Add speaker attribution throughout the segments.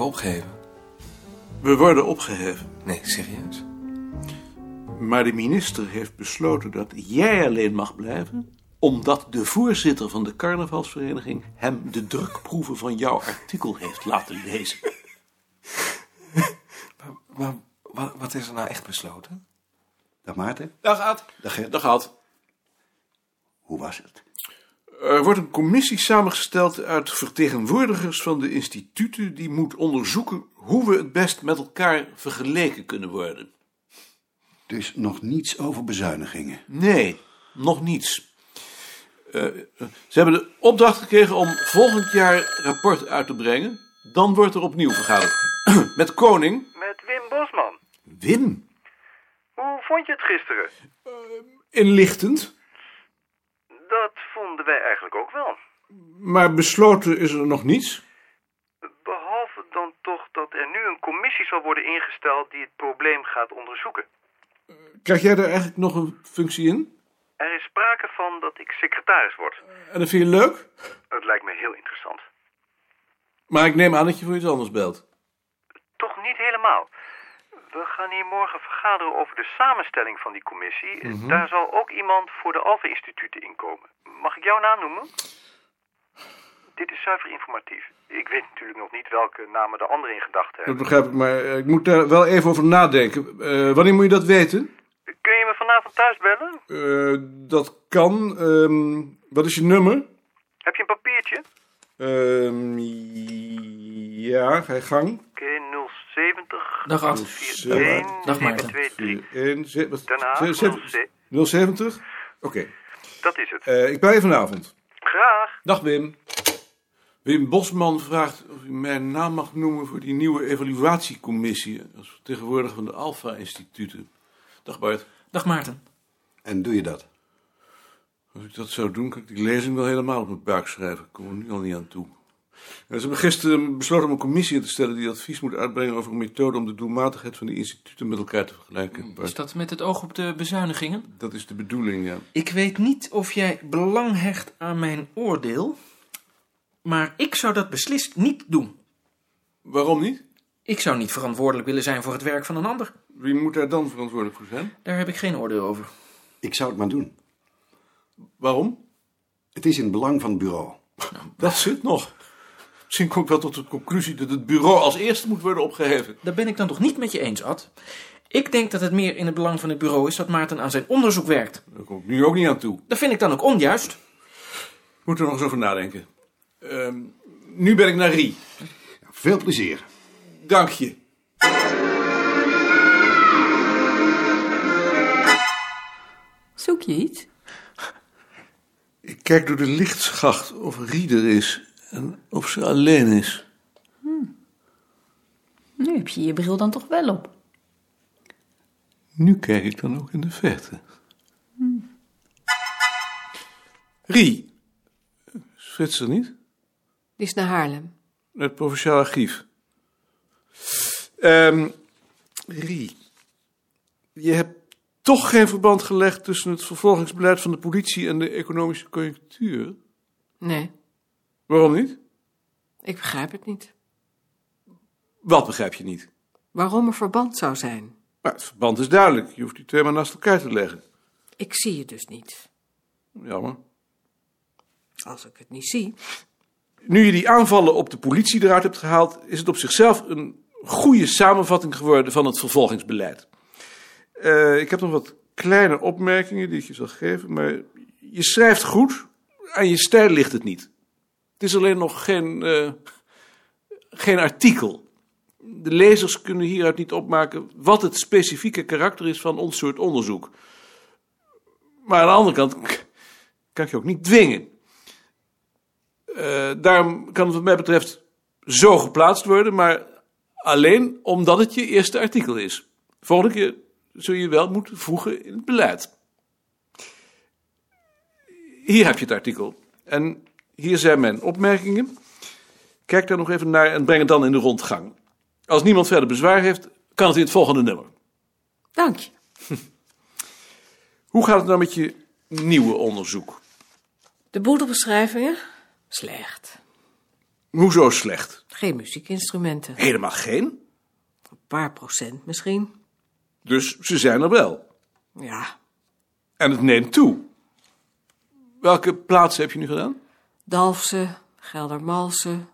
Speaker 1: opgeheven?
Speaker 2: We worden opgeheven.
Speaker 1: Nee, serieus.
Speaker 2: Maar de minister heeft besloten dat jij alleen mag blijven omdat de voorzitter van de carnavalsvereniging hem de drukproeven van jouw artikel heeft laten lezen.
Speaker 1: Maar wat, wat is er nou echt besloten?
Speaker 3: Dag Maarten.
Speaker 2: Dag Ad.
Speaker 3: Dag Gert.
Speaker 2: Dag Ad.
Speaker 3: Hoe was het?
Speaker 2: Er wordt een commissie samengesteld uit vertegenwoordigers van de instituten die moet onderzoeken hoe we het best met elkaar vergeleken kunnen worden.
Speaker 3: Dus nog niets over bezuinigingen.
Speaker 2: Nee, nog niets. Eh, ze hebben de opdracht gekregen om volgend jaar rapport uit te brengen. Dan wordt er opnieuw vergaderd. Met Koning.
Speaker 4: Met Wim Bosman.
Speaker 2: Wim.
Speaker 4: Hoe vond je het gisteren?
Speaker 2: Inlichtend.
Speaker 4: Dat vonden wij eigenlijk ook wel.
Speaker 2: Maar besloten is er nog niets.
Speaker 4: Behalve dan toch dat er nu een commissie zal worden ingesteld die het probleem gaat onderzoeken.
Speaker 2: Krijg jij daar eigenlijk nog een functie in?
Speaker 4: Er is sprake van dat ik secretaris word.
Speaker 2: En dat vind je leuk?
Speaker 4: Het lijkt me heel interessant.
Speaker 2: Maar ik neem aan dat je voor iets anders belt.
Speaker 4: Toch niet helemaal. We gaan hier morgen vergaderen over de samenstelling van die commissie. Daar zal ook iemand voor de Alphen-instituten inkomen. Mag ik jouw naam noemen? Dit is zuiver informatief. Ik weet natuurlijk nog niet welke namen de anderen in gedachten hebben.
Speaker 2: begrijp ik, maar eh, ik moet daar wel even over nadenken. Eh, wanneer moet je dat weten? Eh,
Speaker 4: Kun je me vanavond thuis bellen?
Speaker 2: dat kan. ehm, wat is je nummer?
Speaker 4: Heb je een papiertje?
Speaker 2: Ehm ja, ga je gang.
Speaker 4: Oké, 070
Speaker 1: Dag, Ad.
Speaker 4: 41
Speaker 1: Dag, Maarten.
Speaker 4: 723.
Speaker 2: 1, 7,
Speaker 4: Daarna 07.
Speaker 2: 070? Oké,
Speaker 4: Dat is het.
Speaker 2: eh, ik bel je vanavond.
Speaker 4: Graag.
Speaker 2: Dag Wim. Wim Bosman vraagt of u mijn naam mag noemen voor die nieuwe evaluatiecommissie als vertegenwoordiger van de Alpha-instituten. Dag Bart.
Speaker 1: Dag, Maarten.
Speaker 3: En doe je dat?
Speaker 2: Als ik dat zou doen, kan ik die lezing wel helemaal op mijn buik schrijven. Ik kom er nu al niet aan toe. En ze hebben gisteren besloten om een commissie in te stellen die advies moet uitbrengen over een methode om de doelmatigheid van de instituten met elkaar te vergelijken. Bart.
Speaker 5: Is dat met het oog op de bezuinigingen?
Speaker 2: Dat is de bedoeling, ja.
Speaker 5: Ik weet niet of jij belang hecht aan mijn oordeel, maar ik zou dat beslist niet doen.
Speaker 2: Waarom niet?
Speaker 5: Ik zou niet verantwoordelijk willen zijn voor het werk van een ander.
Speaker 2: Wie moet daar dan verantwoordelijk voor zijn?
Speaker 5: Daar heb ik geen oordeel over.
Speaker 3: Ik zou het maar doen.
Speaker 2: Waarom?
Speaker 3: Het is in het belang van het bureau.
Speaker 2: Dat zit nog. Misschien kom ik wel tot de conclusie dat het bureau als eerste moet worden opgeheven.
Speaker 5: Daar ben ik dan toch niet met je eens, Ad? Ik denk dat het meer in het belang van het bureau is dat Maarten aan zijn onderzoek werkt.
Speaker 2: Daar kom ik nu ook niet aan toe.
Speaker 5: Dat vind ik dan ook onjuist.
Speaker 2: Moet er nog eens over nadenken. Ehm, nu ben ik naar Rie.
Speaker 3: Veel plezier.
Speaker 2: Dank je.
Speaker 6: Zoek je iets?
Speaker 2: Ik kijk door de lichtschacht of Rie er is en of ze alleen is.
Speaker 6: Nu heb je je bril dan toch wel op.
Speaker 2: Nu kijk ik dan ook in de verte. Hm. Rie. Is Frits er niet?
Speaker 7: Die is naar Haarlem.
Speaker 2: Het Provinciaal Archief. Ehm Rie, je hebt toch geen verband gelegd tussen het vervolgingsbeleid van de politie en de economische conjunctuur.
Speaker 7: Nee,
Speaker 2: Waarom niet?
Speaker 7: ik begrijp het niet.
Speaker 2: Wat begrijp je niet?
Speaker 7: Waarom er verband zou zijn?
Speaker 2: Maar het verband is duidelijk. Je hoeft die twee maar naast elkaar te leggen.
Speaker 7: Ik zie het dus niet.
Speaker 2: Jammer.
Speaker 7: Als ik het niet zie.
Speaker 2: Nu je die aanvallen op de politie eruit hebt gehaald, is het op zichzelf een goede samenvatting geworden van het vervolgingsbeleid. Eh, ik heb nog wat kleine opmerkingen die ik je zal geven, maar je schrijft goed, aan je stijl ligt het niet. Het is alleen nog geen, eh, geen artikel. De lezers kunnen hieruit niet opmaken wat het specifieke karakter is van ons soort onderzoek. Maar aan de andere kant kan ik je ook niet dwingen. Eh, daarom kan het wat mij betreft zo geplaatst worden, maar alleen omdat het je eerste artikel is. Volgende keer zul je wel moeten voegen in het beleid. Hier heb je het artikel. En hier zijn mijn opmerkingen. Kijk daar nog even naar en breng het dan in de rondgang. Als niemand verder bezwaar heeft, kan het in het volgende nummer.
Speaker 7: Dank je.
Speaker 2: Hoe gaat het nou met je nieuwe onderzoek?
Speaker 7: De boedelbeschrijvingen? Slecht.
Speaker 2: Hoezo slecht?
Speaker 7: Geen muziekinstrumenten.
Speaker 2: Helemaal geen.
Speaker 7: Een paar procent misschien.
Speaker 2: Dus ze zijn er wel.
Speaker 7: Ja,
Speaker 2: En het neemt toe. Welke plaatsen heb je nu gedaan?
Speaker 7: Dalfse, Geldermalsen,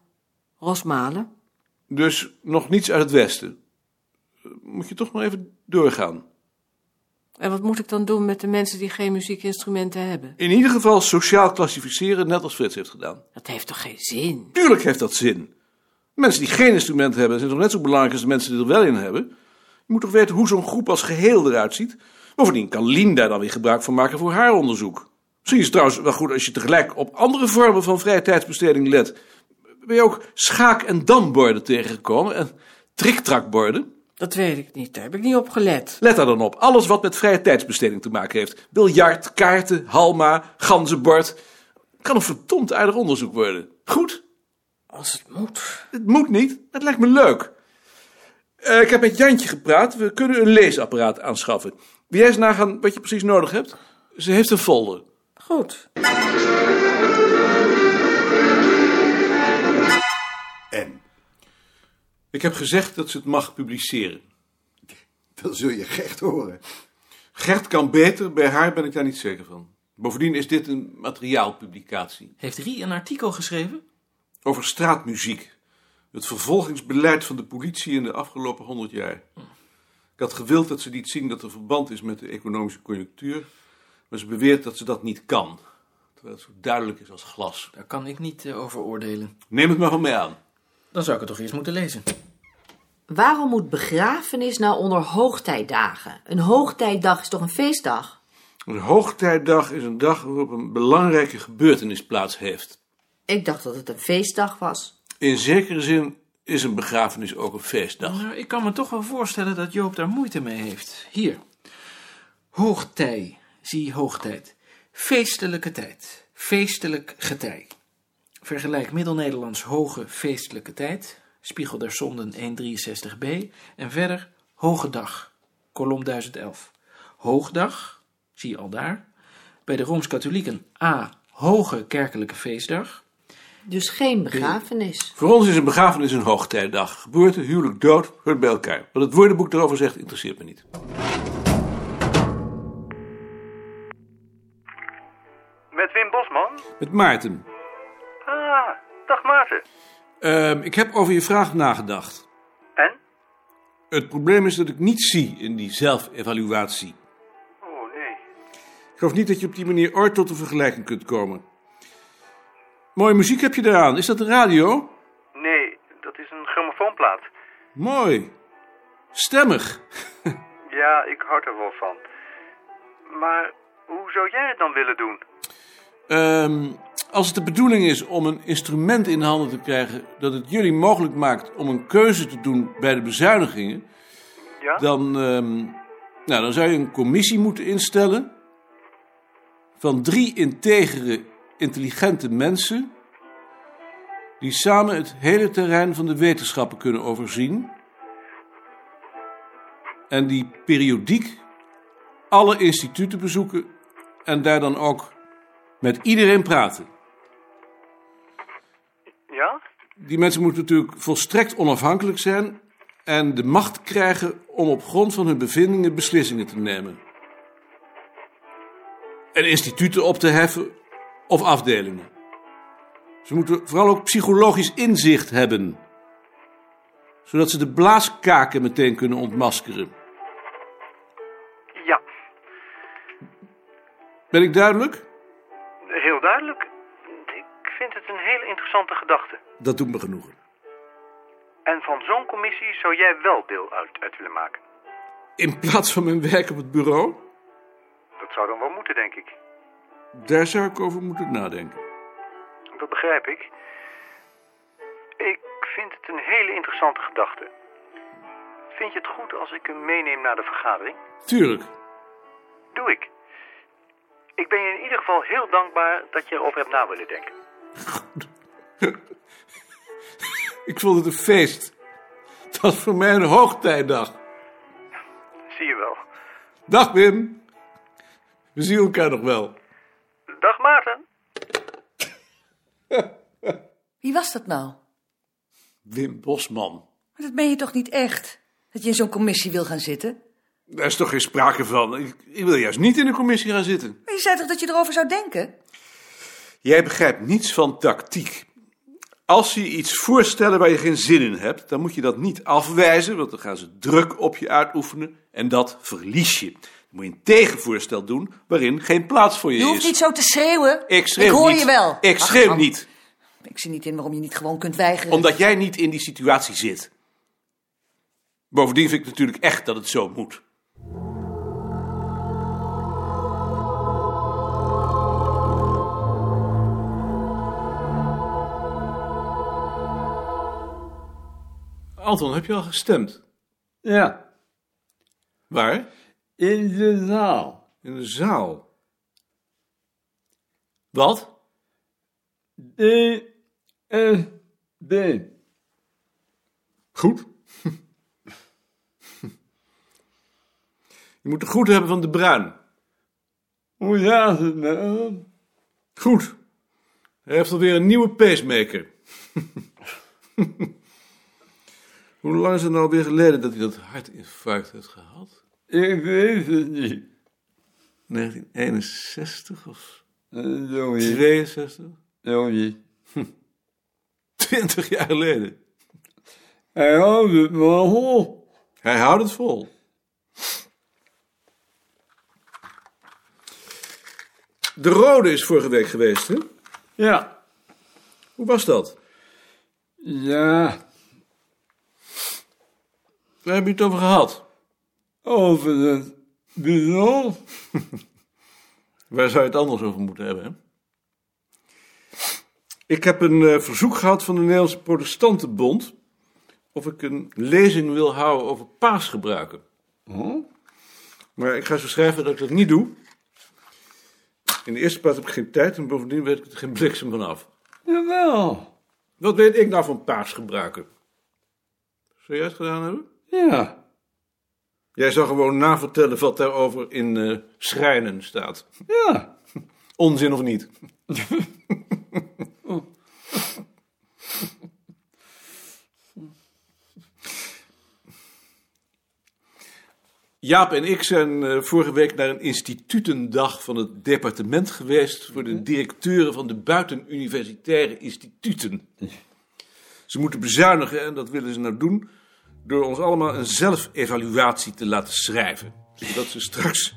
Speaker 7: Rosmalen.
Speaker 2: Dus nog niets uit het westen. Eh, Moet je toch maar even doorgaan.
Speaker 7: En wat moet ik dan doen met de mensen die geen muziekinstrumenten hebben?
Speaker 2: In ieder geval sociaal klassificeren, net als Frits heeft gedaan.
Speaker 7: Dat heeft toch geen zin?
Speaker 2: Tuurlijk heeft dat zin. Mensen die geen instrument hebben zijn toch net zo belangrijk als de mensen die er wel in hebben. Je moet toch weten hoe zo'n groep als geheel eruit ziet. Bovendien kan Lien daar dan weer gebruik van maken voor haar onderzoek. Misschien is het trouwens wel goed als je tegelijk op andere vormen van vrije tijdsbesteding let. Ben je ook schaak- en damborden tegengekomen en triktrakborden?
Speaker 7: Dat weet ik niet, daar heb ik niet op gelet.
Speaker 2: Let daar dan op. Alles wat met vrije tijdsbesteding te maken heeft. Biljart, kaarten, halma, ganzenbord. Kan een verdomd aardig onderzoek worden. Goed?
Speaker 7: Als het moet.
Speaker 2: Het moet niet. Het lijkt me leuk. Eh, ik heb met Jantje gepraat. We kunnen een leesapparaat aanschaffen. Wil jij eens nagaan wat je precies nodig hebt? Ze heeft een folder.
Speaker 7: Goed.
Speaker 3: En?
Speaker 2: Ik heb gezegd dat ze het mag publiceren.
Speaker 3: Dan zul je gecht horen.
Speaker 2: Gert kan beter, bij haar ben ik daar niet zeker van. Bovendien is dit een materiaalpublicatie.
Speaker 5: Heeft Rie een artikel geschreven?
Speaker 2: Over straatmuziek. Het vervolgingsbeleid van de politie in de afgelopen honderd jaar. Ik had gewild dat ze liet zien dat er verband is met de economische conjunctuur. Maar ze beweert dat ze dat niet kan. Terwijl het zo duidelijk is als glas.
Speaker 5: Daar kan ik niet eh, over oordelen.
Speaker 2: Neem het maar van mij aan.
Speaker 5: Dan zou ik het toch eerst moeten lezen.
Speaker 8: Waarom moet begrafenis nou onder hoogtijdagen? Een hoogtijdag is toch een feestdag?
Speaker 2: Een hoogtijdag is een dag waarop een belangrijke gebeurtenis plaats heeft.
Speaker 8: Ik dacht dat het een feestdag was.
Speaker 2: In zekere zin is een begrafenis ook een feestdag.
Speaker 5: Maar ik kan me toch wel voorstellen dat Joop daar moeite mee heeft. Hier. Hoogtij. Zie hoogtijd. Feestelijke tijd. Feestelijk getij. Vergelijk Middel-Nederlands hoge feestelijke tijd. Spiegel der Zonden 163b. En verder hoge dag. Kolom 1011. Hoogdag. Zie al daar. Bij de Rooms-Katholieken A. Hoge kerkelijke feestdag.
Speaker 8: Dus geen begrafenis.
Speaker 2: Voor ons is een begrafenis een hoogtijdag. Geboorte, huwelijk, dood, hoort bij elkaar. Wat het woordenboek daarover zegt, interesseert me niet.
Speaker 4: Met Wim Bosman?
Speaker 2: Met Maarten.
Speaker 4: Ah, dag Maarten.
Speaker 2: Ehm, ik heb over je vraag nagedacht.
Speaker 4: En?
Speaker 2: Het probleem is dat ik niets zie in die zelfevaluatie.
Speaker 4: Oh nee.
Speaker 2: Ik geloof niet dat je op die manier ooit tot een vergelijking kunt komen. Mooie muziek heb je daaraan. Is dat de radio?
Speaker 4: Nee, dat is een grammofoonplaat.
Speaker 2: Mooi. Stemmig.
Speaker 4: Ja, ik houd er wel van. Maar hoe zou jij het dan willen doen?
Speaker 2: Ehm, als het de bedoeling is om een instrument in handen te krijgen dat het jullie mogelijk maakt om een keuze te doen bij de bezuinigingen,
Speaker 4: Ja?
Speaker 2: dan, ehm, nou, dan zou je een commissie moeten instellen van drie integere, intelligente mensen die samen het hele terrein van de wetenschappen kunnen overzien en die periodiek alle instituten bezoeken en daar dan ook met iedereen praten.
Speaker 4: Ja?
Speaker 2: Die mensen moeten natuurlijk volstrekt onafhankelijk zijn en de macht krijgen om op grond van hun bevindingen beslissingen te nemen. En instituten op te heffen of afdelingen. Ze moeten vooral ook psychologisch inzicht hebben, zodat ze de blaaskaken meteen kunnen ontmaskeren.
Speaker 4: Ja,
Speaker 2: Ben ik duidelijk?
Speaker 4: heel duidelijk. Ik vind het een hele interessante gedachte.
Speaker 2: Dat doet me genoegen.
Speaker 4: En van zo'n commissie zou jij wel deel uit, uit willen maken.
Speaker 2: In plaats van mijn werk op het bureau,
Speaker 4: Dat zou dan wel moeten, denk ik.
Speaker 2: daar zou ik over moeten nadenken.
Speaker 4: Dat begrijp ik. Ik vind het een hele interessante gedachte. Vind je het goed als ik hem meeneem naar de vergadering?
Speaker 2: Tuurlijk.
Speaker 4: Doe ik. Ik ben je in ieder geval heel dankbaar dat je erover hebt na willen denken.
Speaker 2: Ik vond het een feest. Het was voor mij een hoogtijdag.
Speaker 4: Zie je wel.
Speaker 2: Dag Wim. We zien elkaar nog wel.
Speaker 4: Dag Maarten.
Speaker 6: Wie was dat nou?
Speaker 2: Wim Bosman.
Speaker 9: Maar dat ben je toch niet echt? Dat je in zo'n commissie wil gaan zitten?
Speaker 2: Daar is toch geen sprake van. Ik, ik wil juist niet in de commissie gaan zitten.
Speaker 9: Maar je zei toch dat je erover zou denken?
Speaker 2: Jij begrijpt niets van tactiek. Als ze je iets voorstellen waar je geen zin in hebt, dan moet je dat niet afwijzen, want dan gaan ze druk op je uitoefenen en dat verlies je. Dan moet je een tegenvoorstel doen waarin geen plaats voor je,
Speaker 9: Je
Speaker 2: is.
Speaker 9: hoeft niet zo te schreeuwen.
Speaker 2: Ik schreeuw
Speaker 9: hoor
Speaker 2: niet.
Speaker 9: je wel.
Speaker 2: Ik
Speaker 9: Ach,
Speaker 2: schreeuw
Speaker 9: man.
Speaker 2: niet,
Speaker 9: Ik zie niet in waarom je niet gewoon kunt weigeren.
Speaker 2: omdat jij niet in die situatie zit. Bovendien vind ik natuurlijk echt dat het zo moet. Anton, heb je al gestemd?
Speaker 10: Ja,
Speaker 2: Waar?
Speaker 10: in de zaal.
Speaker 2: In de zaal. Wat?
Speaker 10: D, S, D.
Speaker 2: Goed. Je moet de goed hebben van de Bruin.
Speaker 10: Hoe gaat het met hem?
Speaker 2: Goed. Hij heeft alweer een nieuwe pacemaker. Hoe lang is het nou weer geleden dat hij dat hartinfarct heeft gehad?
Speaker 10: Ik weet het niet.
Speaker 2: 1961 of
Speaker 10: Eh, Jongen,
Speaker 2: 62?
Speaker 10: jongen.
Speaker 2: 20 jaar geleden.
Speaker 10: Hij houdt het maar vol.
Speaker 2: Hij houdt het vol. De Rode is vorige week geweest, hè?
Speaker 10: Ja,
Speaker 2: Hoe was dat?
Speaker 10: ja.
Speaker 2: Waar hebben jullie het over gehad?
Speaker 10: Over het bidon.
Speaker 2: Waar zou je het anders over moeten hebben? Hè? Ik heb een eh, verzoek gehad van de Nederlandse Protestantenbond. of ik een lezing wil houden over paasgebruiken. Maar ik ga zo schrijven dat ik dat niet doe. In de eerste plaats heb ik geen tijd en bovendien weet ik er geen bliksem van af.
Speaker 10: Jawel.
Speaker 2: Wat weet ik nou van paasgebruiken? Zou jij het gedaan hebben?
Speaker 10: Ja,
Speaker 2: Jij zou gewoon navertellen wat daarover in eh, schrijnen staat.
Speaker 10: ja.
Speaker 2: Onzin of niet? Jaap en ik zijn eh, vorige week naar een institutendag van het departement geweest voor de directeuren van de buitenuniversitaire instituten. Ze moeten bezuinigen en dat willen ze nou doen door ons allemaal een zelfevaluatie te laten schrijven. Zodat ze straks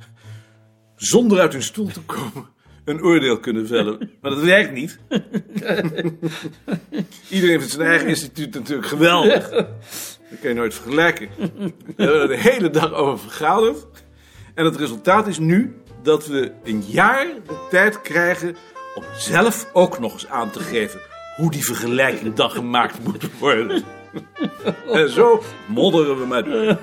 Speaker 2: zonder uit hun stoel te komen een oordeel kunnen vellen. Maar dat werkt niet. Iedereen vindt zijn eigen instituut natuurlijk geweldig. Dat kun je nooit vergelijken. We hebben er de hele dag over vergaderd. En het resultaat is nu dat we een jaar de tijd krijgen om zelf ook nog eens aan te geven hoe die vergelijking dan gemaakt moet worden. En zo modderen we maar door.